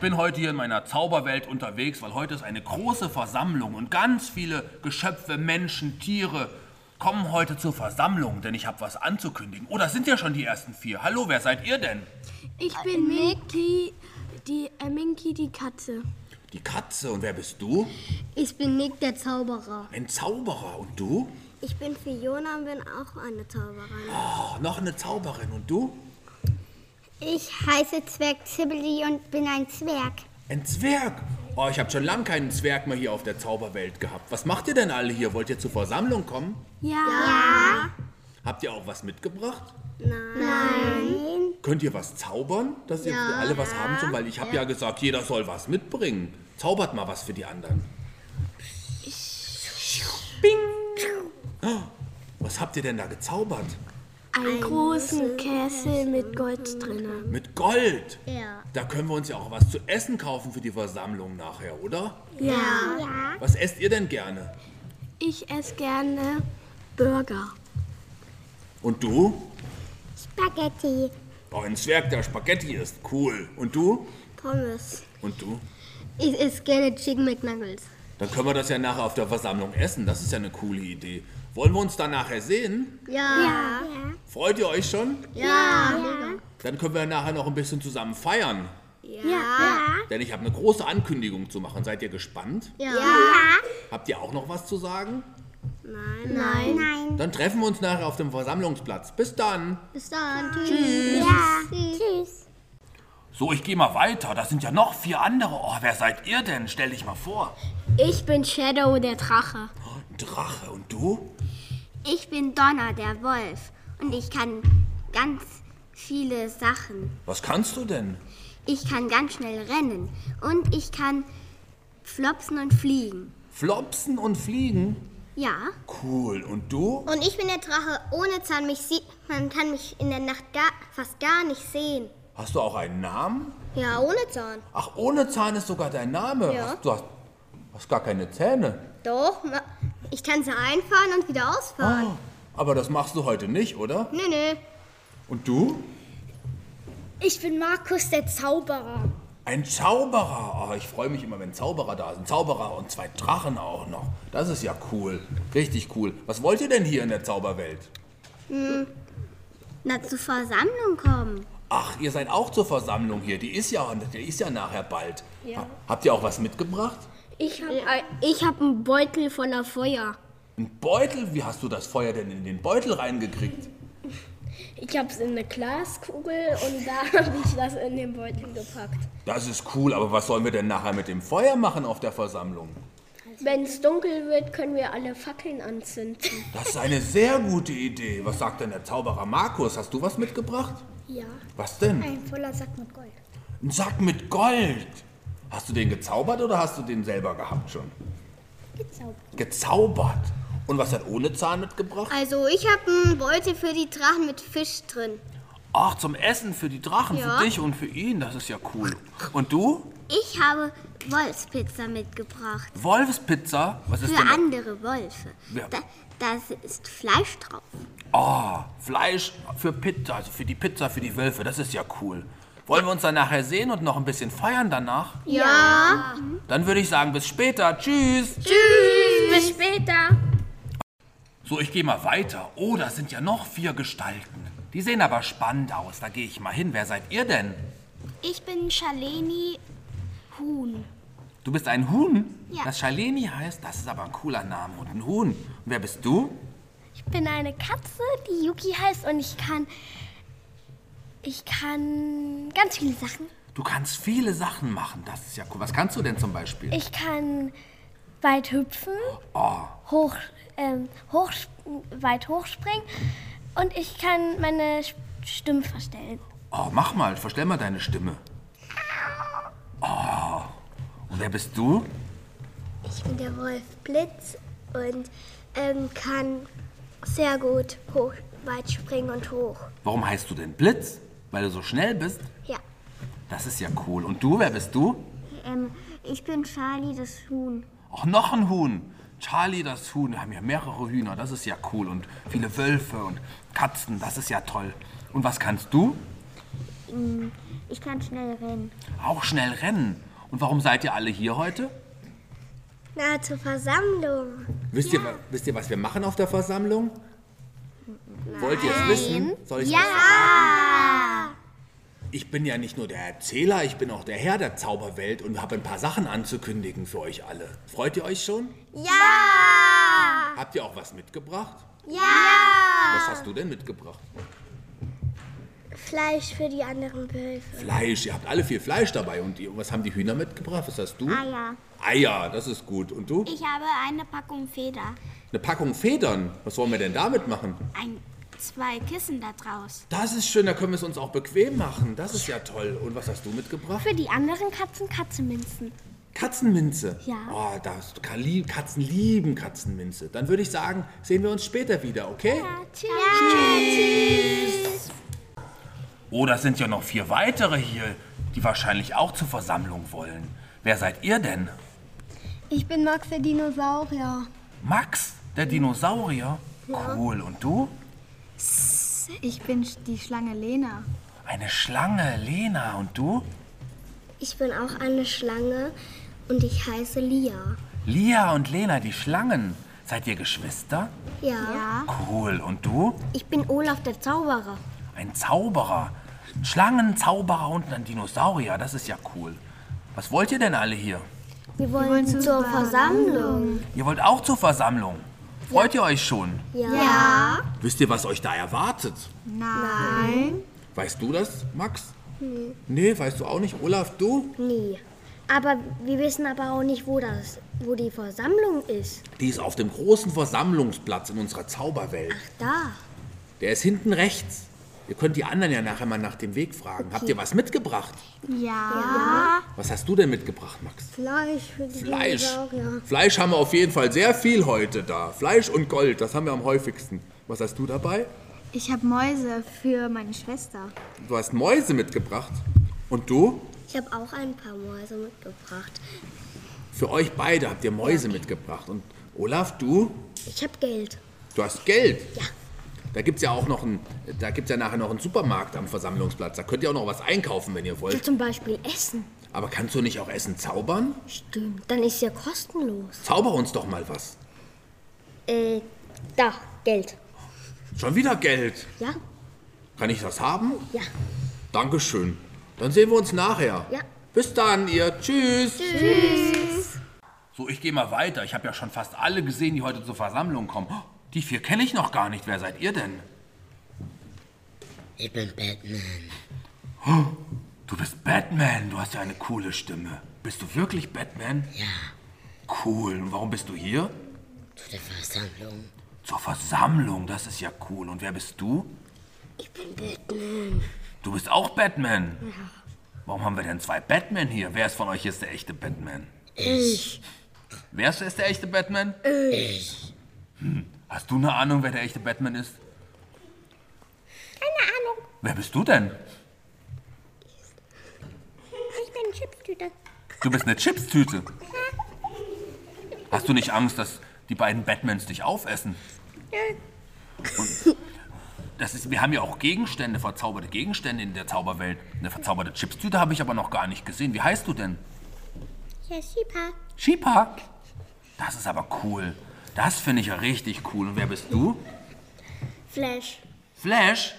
bin heute hier in meiner Zauberwelt unterwegs, weil heute ist eine große Versammlung und ganz viele Geschöpfe, Menschen, Tiere kommen heute zur Versammlung, denn ich habe was anzukündigen. Oh, das sind ja schon die ersten vier. Hallo, wer seid ihr denn? Ich bin Äh, Minky, die äh, Minky die Katze. Die Katze. Und wer bist du? Ich bin Nick, der Zauberer. Ein Zauberer. Und du? Ich bin Fiona und bin auch eine Zauberin. Oh, noch eine Zauberin. Und du? Ich heiße Zwerg Zibbeli und bin ein Zwerg. Ein Zwerg. Oh, ich habe schon lange keinen Zwerg mehr hier auf der Zauberwelt gehabt. Was macht ihr denn alle hier? Wollt ihr zur Versammlung kommen? Ja. Habt ihr auch was mitgebracht? Nein. Könnt ihr was zaubern, dass ihr alle was haben sollt? Weil ich habe ja. gesagt, jeder soll was mitbringen. Zaubert mal was für die anderen. Bing. Oh, Was habt ihr denn da gezaubert? Einen großen Kessel mit Gold drinne. Mit Gold. Ja. Da können wir uns ja auch was zu essen kaufen für die Versammlung nachher, oder? Ja. Was esst ihr denn gerne? Ich esse gerne Burger. Und du? Spaghetti. Oh, ein Zwerg, der Spaghetti isst. Cool. Und du? Pommes. Und du? Ich esse gerne Chicken McNuggets. Dann können wir das ja nachher auf der Versammlung essen. Das ist ja eine coole Idee. Wollen wir uns dann nachher sehen? Ja. Freut ihr euch schon? Ja. Dann können wir nachher noch ein bisschen zusammen feiern. Ja. Denn ich habe eine große Ankündigung zu machen. Seid ihr gespannt? Ja. Habt ihr auch noch was zu sagen? Nein. Nein. Dann treffen wir uns nachher auf dem Versammlungsplatz. Bis dann. Bis dann. Tschüss. Ja. Tschüss. So, ich gehe mal weiter. Da sind ja noch vier andere. Oh, wer seid ihr denn? Stell dich mal vor. Ich bin Shadow, der Drache. Oh, ein Drache. Und du? Ich bin Donner, der Wolf. Und ich kann ganz viele Sachen. Was kannst du denn? Ich kann ganz schnell rennen. Und ich kann flopsen und fliegen. Flopsen und fliegen? Ja. Cool. Und du? Und ich bin der Drache ohne Zahn. Mich sieht, man kann mich in der Nacht gar, fast gar nicht sehen. Hast du auch einen Namen? Ja, ohne Zahn. Ach, ohne Zahn ist sogar dein Name. Ja. Ach, du hast, hast gar keine Zähne. Doch, ma- ich kann sie einfahren und wieder ausfahren. Ah, aber das machst du heute nicht, oder? Nö, nö. Und du? Ich bin Markus, der Zauberer. Ein Zauberer. Ah, ich freue mich immer, wenn Zauberer da sind. Zauberer und zwei Drachen auch noch. Das ist ja cool. Richtig cool. Was wollt ihr denn hier in der Zauberwelt? Na, zur Versammlung kommen. Ach, ihr seid auch zur Versammlung hier. Die ist ja, die ist ja nachher bald. Ha- Habt ihr auch was mitgebracht? Ich habe ich hab einen Beutel voller Feuer. Ein Beutel? Wie hast du das Feuer denn in den Beutel reingekriegt? Ich habe es in eine Glaskugel und da habe ich das in den Beutel gepackt. Das ist cool, aber was sollen wir denn nachher mit dem Feuer machen auf der Versammlung? Wenn es dunkel wird, können wir alle Fackeln anzünden. Das ist eine sehr gute Idee. Was sagt denn der Zauberer Markus? Hast du was mitgebracht? Ja. Was denn? Ein voller Sack mit Gold. Ein Sack mit Gold. Hast du den gezaubert oder hast du den selber gehabt schon? Gezaubert. Gezaubert. Und was hat ohne Zahn mitgebracht? Also, ich habe einen Beutel für die Drachen mit Fisch drin. Ach, zum Essen für die Drachen, für dich und für ihn. Das ist ja cool. Und du? Ich habe Wolfspizza mitgebracht. Wolfspizza? Was ist Für denn? andere Wölfe. Genau. Ja. Da, das ist Fleisch drauf. Oh, Fleisch für Pizza, also für die Pizza für die Wölfe. Das ist ja cool. Wollen wir uns dann nachher sehen und noch ein bisschen feiern danach? Ja. Dann würde ich sagen, bis später. Tschüss. Bis später. So, ich gehe mal weiter. Oh, da sind ja noch vier Gestalten. Die sehen aber spannend aus. Da gehe ich mal hin. Wer seid ihr denn? Ich bin Shaleni Huhn. Du bist ein Huhn? Ja. Das Shaleni heißt, das ist aber ein cooler Name und ein Huhn. Und wer bist du? Ich bin eine Katze, die Yuki heißt und ich kann. Ich kann ganz viele Sachen. Du kannst viele Sachen machen. Das ist ja cool. Was kannst du denn zum Beispiel? Ich kann weit hüpfen, Oh, hoch, ähm, hoch, weit hochspringen und ich kann meine Sch- Stimme verstellen. oh, mach mal. Verstell mal deine Stimme. Oh. Und wer bist du? Ich bin der Wolf Blitz und ähm, kann sehr gut hoch, weit springen und hoch. Warum heißt du denn Blitz? Weil du so schnell bist? Ja. Das ist ja cool. Und du, wer bist du? Ähm, ich bin Charlie, das Huhn. Auch noch ein Huhn. Charlie das Huhn. Wir haben ja mehrere Hühner. Das ist ja cool. Und viele Wölfe und Katzen. Das ist ja toll. Und was kannst du? mm, ich kann schnell rennen. Auch schnell rennen. Und warum seid ihr alle hier heute? Na, zur Versammlung. Wisst, ihr, wa- wisst ihr, was wir machen auf der Versammlung? Wollt ihr es wissen? Soll ich Ah, Ich bin ja nicht nur der Erzähler, ich bin auch der Herr der Zauberwelt und habe ein paar Sachen anzukündigen für euch alle. Freut ihr euch schon? Ja! Habt ihr auch was mitgebracht? Ah. Ja! Was hast du denn mitgebracht? Fleisch für die anderen Behilfe. Fleisch, ihr habt alle viel Fleisch dabei. Und ihr, was haben die Hühner mitgebracht? Was hast du? Eier. Eier, das ist gut. Und du? Ich habe eine Packung Feder. Eine Packung Federn. Was wollen wir denn damit machen? Ein, zwei Kissen da draus. Das ist schön, da können wir es uns auch bequem machen. Das ist ja toll. Und was hast du mitgebracht? Für die anderen Katzen Katzenminzen. Katzenminze. Ja. Oh, das, Ka- lieb- Katzen lieben Katzenminze. Dann würde ich sagen, sehen wir uns später wieder, okay? Tschüss. Oh, das sind ja noch vier weitere hier, die wahrscheinlich auch zur Versammlung wollen. Wer seid ihr denn? Ich bin Max der Dinosaurier. Max, der Dinosaurier? Cool. Und du? Ich bin die Schlange Lena. Eine Schlange, Lena. Und du? Ich bin auch eine Schlange und ich heiße Lia. Lia und Lena, die Schlangen. Seid ihr Geschwister? Ja. Cool. Und du? Ich bin Olaf der Zauberer. Ein Zauberer. Ein Schlangenzauberer und ein Dinosaurier. Das ist ja cool. Was wollt ihr denn alle hier? Wir wollen, zur Versammlung. Ihr wollt auch zur Versammlung. Freut ihr euch schon? Ja. Wisst ihr, was euch da erwartet? Nein. Weißt du das, Max? Nee. Nee, weißt du auch nicht. Olaf, du? Nee. Aber wir wissen aber auch nicht, wo das, wo die Versammlung ist. Die ist auf dem großen Versammlungsplatz in unserer Zauberwelt. Da. Der ist hinten rechts. Ihr könnt die anderen ja nachher mal nach dem Weg fragen. Habt ihr was mitgebracht? Ja. Was hast du denn mitgebracht, Max? Fleisch für die Fleisch. Fleisch haben wir auf jeden Fall sehr viel heute da. Fleisch und Gold, das haben wir am häufigsten. Was hast du dabei? Ich habe Mäuse für meine Schwester. Du hast Mäuse mitgebracht. Und du? Ich habe auch ein paar Mäuse mitgebracht. Für euch beide habt ihr Mäuse mitgebracht. Und Olaf, du? Ich habe Geld. Du hast Geld. Ja. Da gibt's ja auch noch einen, da gibt's ja nachher noch einen Supermarkt am Versammlungsplatz. Da könnt ihr auch noch was einkaufen, wenn ihr wollt. Zum Beispiel Essen. Aber kannst du nicht auch Essen zaubern? Stimmt. Dann ist ja kostenlos. Zauber uns doch mal was. Äh, da. Geld. Schon wieder Geld. Ja? Kann ich das haben? Ja. Dankeschön. Dann sehen wir uns nachher. Ja. Bis dann, ihr. Tschüss. Tschüss. So, ich gehe mal weiter. Ich habe ja schon fast alle gesehen, die heute zur Versammlung kommen. Oh, Die vier kenne ich noch gar nicht. Wer seid ihr denn? Ich bin Batman. Du bist Batman. Du hast ja eine coole Stimme. Bist du wirklich Batman? Ja, Cool. Und warum bist du hier? zu der Versammlung. Zur Versammlung. Das ist ja cool. Und wer bist du? Ich bin Batman. Du bist auch Batman. Ja. Warum haben wir denn zwei Batman hier? Wer ist von euch jetzt der echte Batman? Ich, Wer ist jetzt der echte Batman? Hm. ich, Hast du eine Ahnung, wer der echte Batman ist? Keine Ahnung. Wer bist du denn? Ich bin Chipstüte. Du bist eine Chipstüte. Hast du nicht Angst, dass die beiden Batmans dich aufessen? Und das ist, wir haben ja auch Gegenstände, verzauberte Gegenstände in der Zauberwelt. Eine verzauberte Chipstüte habe ich aber noch gar nicht gesehen. Wie heißt du denn? Ja, super. Shipa. Das ist aber cool. Das finde ich ja richtig cool. Und wer bist du? Flash. Flash?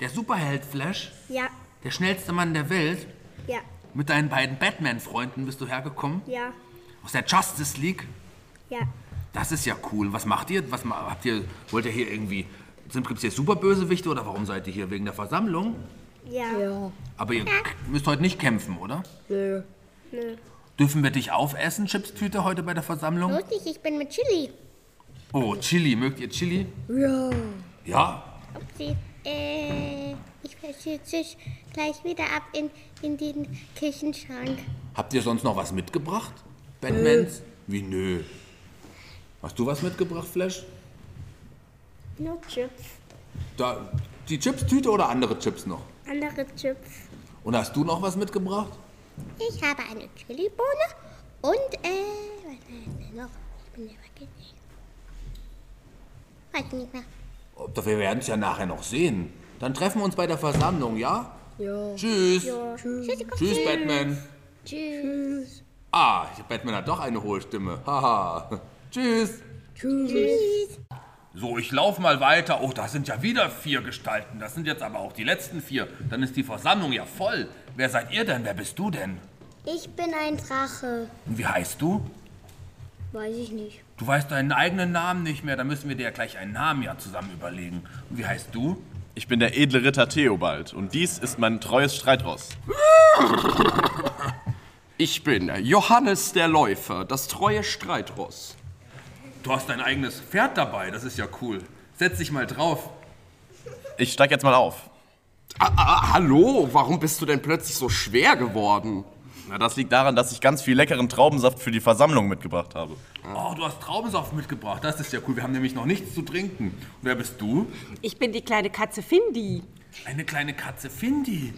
Der Superheld Flash? Ja. Der schnellste Mann der Welt? Ja. Mit deinen beiden Batman-Freunden bist du hergekommen? Ja. Aus der Justice League? Ja. Das ist ja cool. Was macht ihr? Was ma- habt ihr? Wollt ihr hier irgendwie. Sind gibt's hier Superbösewichte oder warum seid ihr hier? Wegen der Versammlung? Ja. Ja. Aber ihr müsst heute nicht kämpfen, oder? Nö. Dürfen wir dich aufessen, Chipstüte, heute bei der Versammlung? Lustig, ich bin mit Chili. Oh, Chili. Mögt ihr Chili? Ja. Ja? Upsi. Äh, ich verschiebe sich gleich wieder ab in, in den Küchenschrank. Habt ihr sonst noch was mitgebracht? Batmans? Wie nö. Hast du was mitgebracht, Flash? Nur Chips. Da, die Chips-Tüte oder andere Chips noch? Andere Chips. Und hast du noch was mitgebracht? Ich habe eine Chilibohne und, äh, was war denn noch? Ich bin ja vergessen. Weiß nicht mehr. Oh, Ob- Wir werden es ja nachher noch sehen. Dann treffen wir uns bei der Versammlung, ja? Tschüss. Tschüssi, Gott. Tschüss, Batman. Tschüss. Ah, Batman hat doch eine hohe Stimme. Haha. Tschüss. So, ich lauf mal weiter. Oh, da sind ja wieder vier Gestalten. Das sind jetzt aber auch die letzten vier. Dann ist die Versammlung ja voll. Wer seid ihr denn? Wer bist du denn? Ich bin ein Drache. Und wie heißt du? Weiß ich nicht. Du weißt deinen eigenen Namen nicht mehr. Da müssen wir dir ja gleich einen Namen ja zusammen überlegen. Und wie heißt du? Ich bin der edle Ritter Theobald und dies ist mein treues Streitross. Ich bin Johannes der Läufer, das treue Streitross. Du hast dein eigenes Pferd dabei. Das ist ja cool. Setz dich mal drauf. Ich steig jetzt mal auf. Ah, ah, hallo, warum bist du denn plötzlich so schwer geworden? Na, das liegt daran, dass ich ganz viel leckeren Traubensaft für die Versammlung mitgebracht habe. Oh, du hast Traubensaft mitgebracht. Das ist ja cool. Wir haben nämlich noch nichts zu trinken. Und wer bist du? Ich bin die kleine Katze Findi. Eine kleine Katze Findi.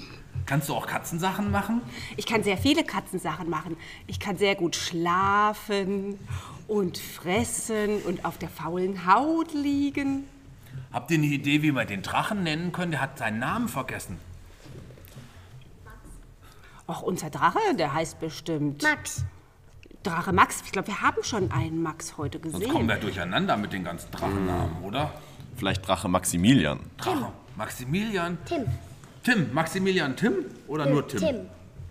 Kannst du auch Katzensachen machen? Ich kann sehr viele Katzensachen machen. Ich kann sehr gut schlafen und fressen und auf der faulen Haut liegen. Habt ihr eine Idee, wie wir den Drachen nennen können? Der hat seinen Namen vergessen. Auch unser Drache, der heißt bestimmt Max. Drache Max. Ich glaube, wir haben schon einen Max heute Sonst kommen gesehen. wir durcheinander mit den ganzen Drachennamen, oder? Vielleicht Drache Maximilian. Drache. Maximilian. Tim. Tim. Maximilian Tim oder nur Tim? Tim.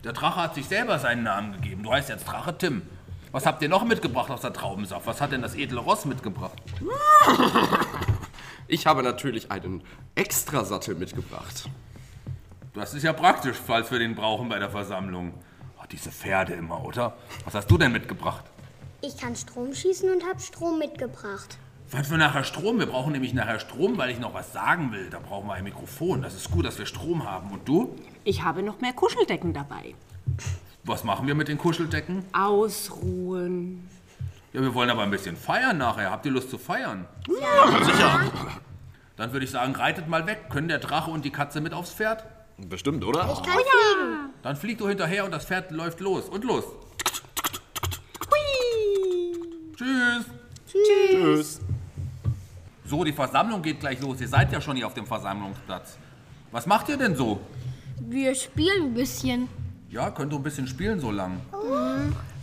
Der Drache hat sich selber seinen Namen gegeben. Du heißt jetzt Drache Tim. Was habt ihr noch mitgebracht aus der Traubensaft? Was hat denn das edle Ross mitgebracht? Ich habe natürlich einen Extrasattel mitgebracht. Das ist ja praktisch, falls wir den brauchen bei der Versammlung. Oh, diese Pferde immer, oder? Was hast du denn mitgebracht? Ich kann Strom schießen und habe Strom mitgebracht. Was für nachher Strom? Wir brauchen nämlich nachher Strom, weil ich noch was sagen will. Da brauchen wir ein Mikrofon. Das ist gut, dass wir Strom haben. Und du? Ich habe noch mehr Kuscheldecken dabei. Was machen wir mit den Kuscheldecken? Ausruhen. Ja, wir wollen aber ein bisschen feiern nachher. Habt ihr Lust zu feiern? Ja. Sicher. Dann würde ich sagen, reitet mal weg. Können der Drache und die Katze mit aufs Pferd? Bestimmt, oder? Kann fliegen. Dann flieg du hinterher und das Pferd läuft los. Und los. Tschüss. Tschüss. So, die Versammlung geht gleich los. Ihr seid ja schon hier auf dem Versammlungsplatz. Was macht ihr denn so? Wir spielen ein bisschen. Mhm. Ja, könnt ihr ein bisschen spielen so lang.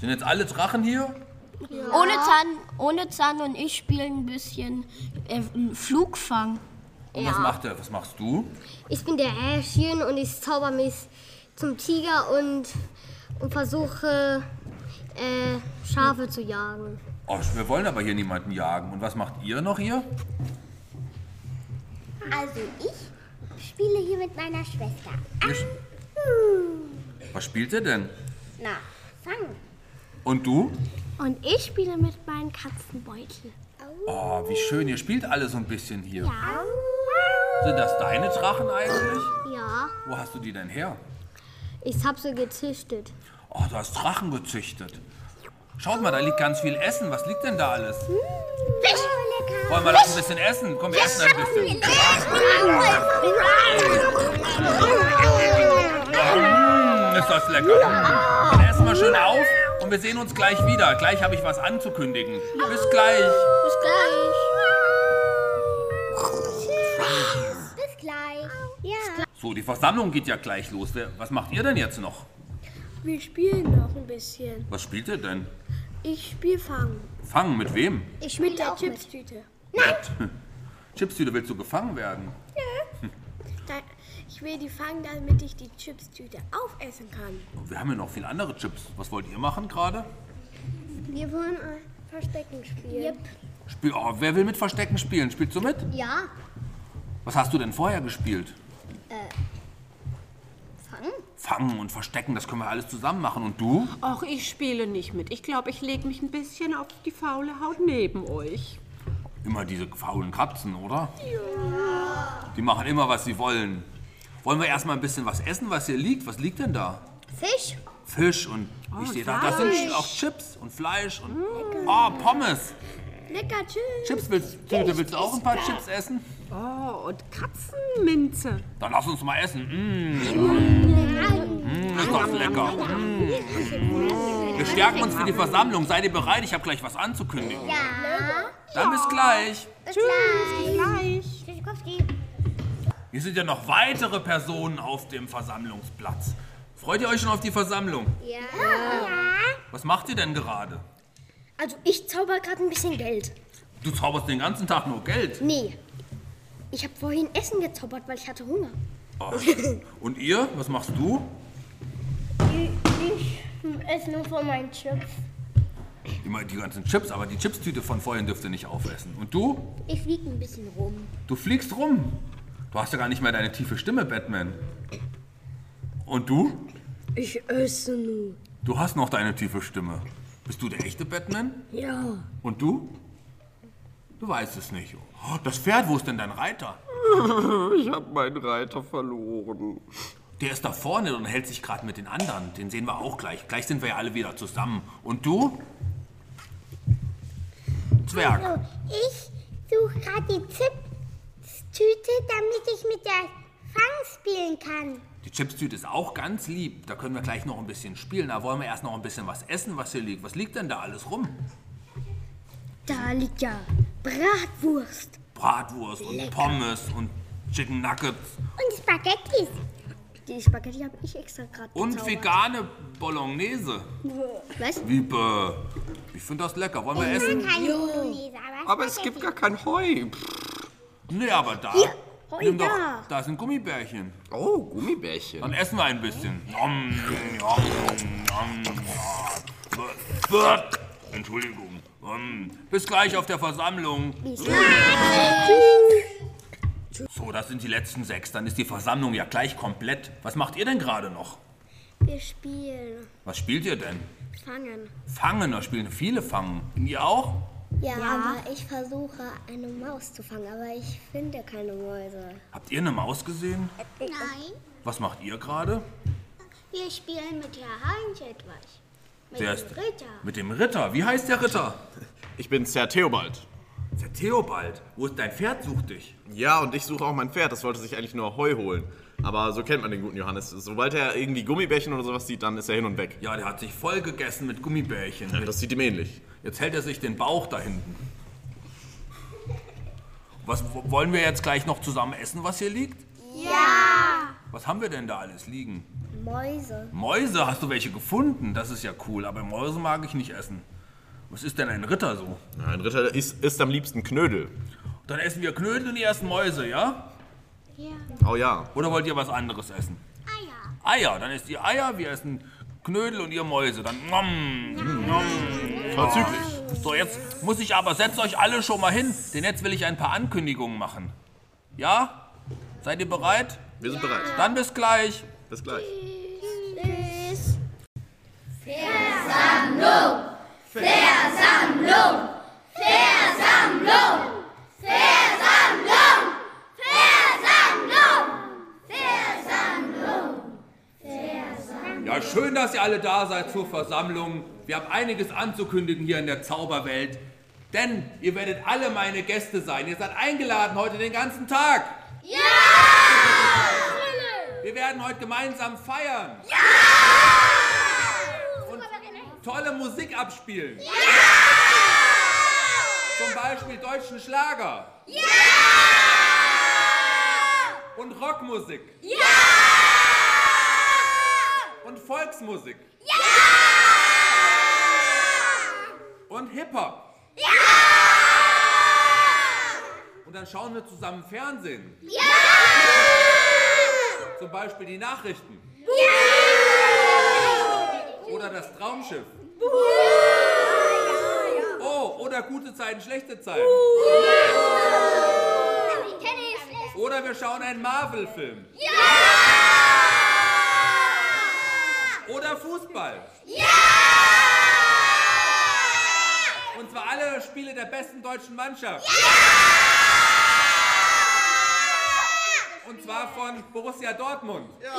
Sind jetzt alle Drachen hier? Ohne Zahn, ohne Zahn und ich spielen ein bisschen äh, Flugfang. Und was macht er? Was machst du? Ich bin der Äschchen und ich zauber mich zum Tiger und, und versuche äh, Schafe zu jagen. Oh, wir wollen aber hier niemanden jagen. Und was macht ihr noch hier? Also ich spiele hier mit meiner Schwester. Ihr sch- Was spielt ihr denn? Na, fang. Und du? Und ich spiele mit meinem Katzenbeutel. Oh, wie schön. Ihr spielt alle so ein bisschen hier. Sind das deine Drachen eigentlich? Ja, Wo hast du die denn her? ich hab sie gezüchtet. Oh, du hast Drachen gezüchtet. Schaut mal, da liegt ganz viel Essen. Was liegt denn da alles? Oh, lecker. Wollen wir noch ein bisschen essen? Komm, wir essen ein bisschen. Mm, Ist das lecker. Dann essen wir schön auf und wir sehen uns gleich wieder. Gleich habe ich was anzukündigen. Bis gleich. Bis gleich. Bis gleich. Ja. So, die Versammlung geht ja gleich los. Wer- Was macht ihr denn jetzt noch? Wir spielen noch ein bisschen. Was spielt ihr denn? Ich spiele Fang. Fangen mit wem? Ich spiele auch mit. Chipstüte. Chipstüte, willst du gefangen werden? Da- Ich will die fangen, damit ich die Chipstüte aufessen kann. Und Wir haben ja noch viele andere Chips. Was wollt ihr machen gerade? Wir wollen ein Verstecken spielen. Spiel, oh, wer will mit Verstecken spielen? Spielst du mit? Ja. Was hast du denn vorher gespielt? Äh, Fangen? Fangen und Verstecken, das können wir alles zusammen machen. Und du? Ach, ich spiele nicht mit. Ich glaube, ich lege mich ein bisschen auf die faule Haut neben euch. Immer diese faulen Katzen, oder? Ja. Die machen immer, was sie wollen. Wollen wir erstmal ein bisschen was essen, was hier liegt? Was liegt denn da? Fisch? Fisch und ich sehe da, das sind auch Chips und Fleisch und oh, Pommes. Lecker, tschüss. Chips willst du, willst du auch ein paar Chips essen? Oh, und Katzenminze. Dann lass uns mal essen. Mm. Mm, ist das lecker. Mm. Mhm. Wir stärken uns für die Versammlung. Seid ihr bereit? Ich habe gleich was anzukündigen. Ja. Dann bis gleich. Bis gleich. Gleich. Tschüssikowski. Hier sind ja noch weitere Personen auf dem Versammlungsplatz. Freut ihr euch schon auf die Versammlung? Ja. Was macht ihr denn gerade? Also ich zauber gerade ein bisschen Geld. Du zauberst den ganzen Tag nur Geld. Nee. Ich habe vorhin Essen gezaubert, weil ich hatte Hunger. Und ihr? Was machst du? Ich esse nur von meinen Chips. Immer die ganzen Chips, aber die Chipstüte von vorhin dürft ihr nicht aufessen. Und du? Ich fliege ein bisschen rum. Du fliegst rum. Du hast ja gar nicht mehr deine tiefe Stimme, Batman. Und du? Ich esse nur. Du hast noch deine tiefe Stimme. Bist du der echte Batman? Ja. Und du? Du weißt es nicht. Oh, das Pferd, wo ist denn dein Reiter? Ich habe meinen Reiter verloren. Der ist da vorne und hält sich gerade mit den anderen. Den sehen wir auch gleich. Gleich sind wir ja alle wieder zusammen. Und du? Zwerg. Also, ich suche gerade die Chips-Tüte, damit ich mit der Fang spielen kann. Die Chipstüte ist auch ganz lieb. Da können wir gleich noch ein bisschen spielen. Da wollen wir erst noch ein bisschen was essen, was hier liegt. Was liegt denn da alles rum? Da liegt ja Bratwurst. Bratwurst und Pommes und Chicken Nuggets Und Spaghettis. Die Spaghetti habe ich extra gerade und vegane Bolognese. Was? Liebe. Ich finde das lecker. Wollen wir essen? Keine Bolognese, aber, Aber es gibt gar kein Heu. Pff, Nee, aber da. Nimm doch, da sind Gummibärchen. Oh, Gummibärchen. Dann essen wir ein bisschen. Nom, nom, nom, nom. Bäh, bäh. Entschuldigung. Mm. Bis gleich auf der Versammlung. So, das sind die letzten sechs. Dann ist die Versammlung ja gleich komplett. Was macht ihr denn gerade noch? Wir spielen. Was spielt ihr denn? Fangen. Fangen, da spielen viele Fangen. Ihr auch? Ja, aber ich versuche eine Maus zu fangen, aber ich finde keine Mäuse. Habt ihr eine Maus gesehen? Nein, Was macht ihr gerade? wir spielen mit Herr Heinz etwas. Mit Der ist- Mit dem Ritter. Wie heißt der Ritter? Ich bin Sir Theobald. Der Theobald. Wo ist dein Pferd? Such dich. Ja, und ich suche auch mein Pferd. Das wollte sich eigentlich nur Heu holen. Aber so kennt man den guten Johannes. Sobald er irgendwie Gummibärchen oder sowas sieht, dann ist er hin und weg. Ja, der hat sich voll gegessen mit Gummibärchen. Das sieht ihm ähnlich. Jetzt hält er sich den Bauch da hinten. Was w- wollen wir jetzt gleich noch zusammen essen, was hier liegt? Ja. Was haben wir denn da alles liegen? Mäuse. Mäuse, hast du welche gefunden? Das ist ja cool, aber Mäuse mag ich nicht essen. Was ist denn ein Ritter so? Na, Ein Ritter isst, isst am liebsten Knödel. Dann essen wir Knödel und die ersten Mäuse, ja? Oh ja. Oder wollt ihr was anderes essen? Eier. Eier, dann esst ihr Eier, wir essen Knödel und ihr Mäuse. Dann nom, Vorzüglich. So, jetzt muss ich aber, setzt euch alle schon mal hin, denn jetzt will ich ein paar Ankündigungen machen. Ja? Seid ihr bereit? Wir sind bereit. Dann bis gleich. Bis gleich. Ja, schön, dass ihr alle da seid zur Versammlung. Wir haben einiges anzukündigen hier in der Zauberwelt. Denn ihr werdet alle meine Gäste sein. Ihr seid eingeladen heute den ganzen Tag. Ja! Wir werden heute gemeinsam feiern. Ja! Und tolle Musik abspielen. Ja! Zum Beispiel deutschen Schlager. Ja! Und Rockmusik. Und Volksmusik. Ja! Und Hip-Hop. Ja! Und dann schauen wir zusammen Fernsehen. Ja! Zum Beispiel die Nachrichten. Ja! Oder das Traumschiff. Oh, oder gute Zeiten, schlechte Zeiten. Oder wir schauen einen Marvel-Film. Oder Fußball. Ja! Und zwar alle Spiele der besten deutschen Mannschaft. Ja! Und zwar von Borussia Dortmund. Ja!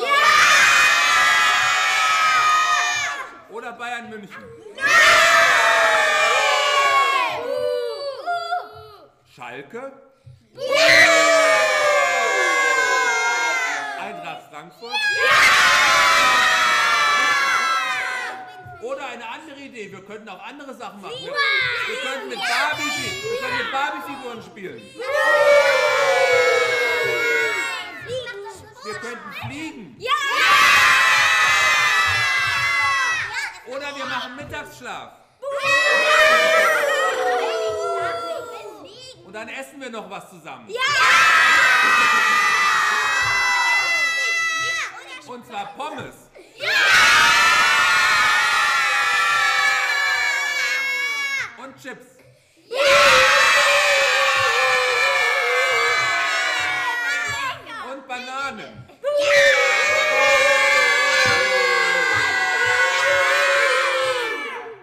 Oder Bayern München. Schalke. Eintracht Frankfurt. Oder eine andere Idee, wir könnten auch andere Sachen machen. Wir, wir könnten mit Barbie, wir könnten mit Barbie-Figuren spielen. Wir könnten fliegen. Ja! Oder wir machen Mittagsschlaf. Und dann essen wir noch was zusammen. Und zwar Pommes. Und Chips. Und Bananen.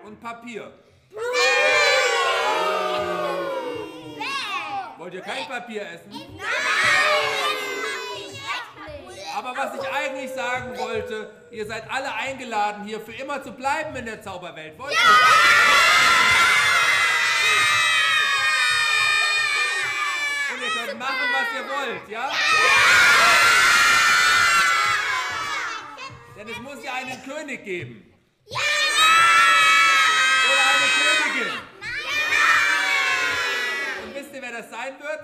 Und Papier. Wollt ihr kein Papier essen? Aber was ich eigentlich sagen wollte, ihr seid alle eingeladen, hier für immer zu bleiben in der Zauberwelt. Wollt ihr? Und ihr könnt machen, was ihr wollt, ja? Denn es muss ja einen König geben. Oder eine Königin. Und wisst ihr, wer das sein wird?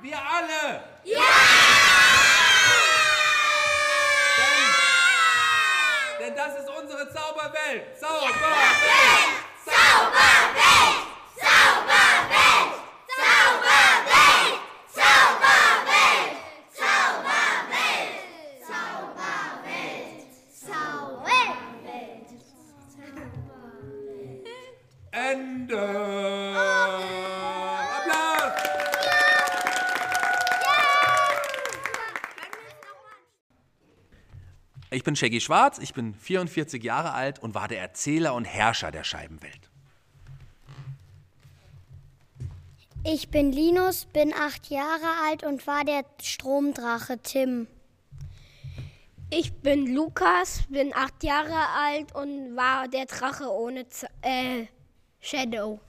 Wir alle! Ja! Denn, denn das ist unsere Zauberwelt! Zauberwelt! Ende! Applaus! Ich bin Shaggy Schwarz, ich bin 44 Jahre alt und war der Erzähler und Herrscher der Scheibenwelt. Ich bin Linus, bin acht Jahre alt und war der Stromdrache Tim. Ich bin Lukas, bin acht Jahre alt und war der Drache ohne Z äh, Shadow.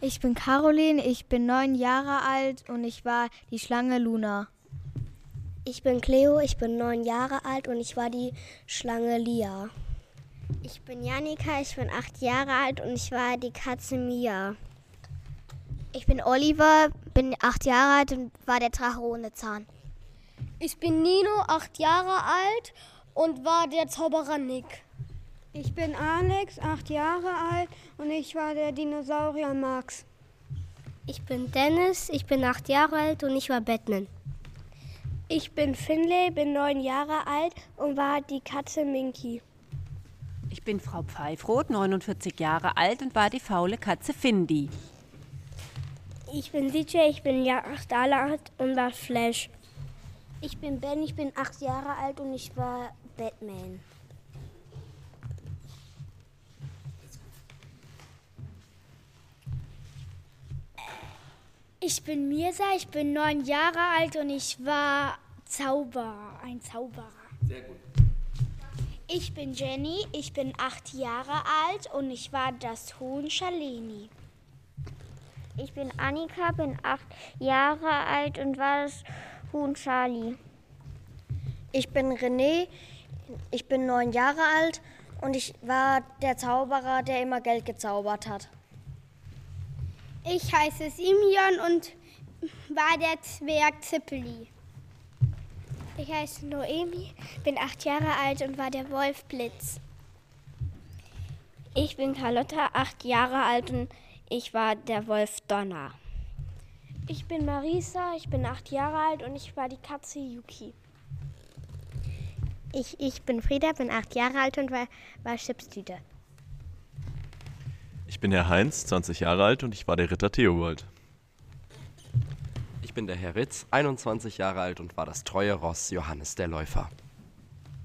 Ich bin Caroline, ich bin neun Jahre alt und ich war die Schlange Luna. Ich bin Cleo, ich bin neun Jahre alt und ich war die Schlange Lia. Ich bin Janika, ich bin acht Jahre alt und ich war die Katze Mia. Ich bin Oliver, bin acht Jahre alt und war der Drache ohne Zahn. Ich bin Nino, acht Jahre alt und war der Zauberer Nick. Ich bin Alex, acht Jahre alt und ich war der Dinosaurier Max. Ich bin Dennis, ich bin acht Jahre alt und ich war Batman. Ich bin Finlay, bin neun Jahre alt und war die Katze Minky. Ich bin Frau Pfeifroth, 49 Jahre alt und war die faule Katze Findi. Ich bin DJ, ich bin ja acht Jahre alt und war Flash. Ich bin Ben, ich bin acht Jahre alt und ich war Batman. Ich bin Mirsa, ich bin neun Jahre alt und ich war Zauberer, ein Zauberer. Sehr gut. Ich bin Jenny, ich bin acht Jahre alt und ich war das Huhn Schaleni. Ich bin Annika, bin acht Jahre alt und war das Huhn Charlie. Ich bin René, ich bin neun Jahre alt und ich war der Zauberer, der immer Geld gezaubert hat. Ich heiße Simeon und war der Zwerg Zippeli. Ich heiße Noemi, bin acht Jahre alt und war der Wolf Blitz. Ich bin Carlotta, acht Jahre alt und ich war der Wolf Donner. Ich bin Marisa, ich bin acht Jahre alt und ich war die Katze Yuki. Ich, ich bin Frieda, bin acht Jahre alt und war, war Chipstüte. Ich bin Herr Heinz, 20 Jahre alt und ich war der Ritter Theobald. Ich bin der Herr Ritz, 21 Jahre alt und war das treue Ross Johannes der Läufer.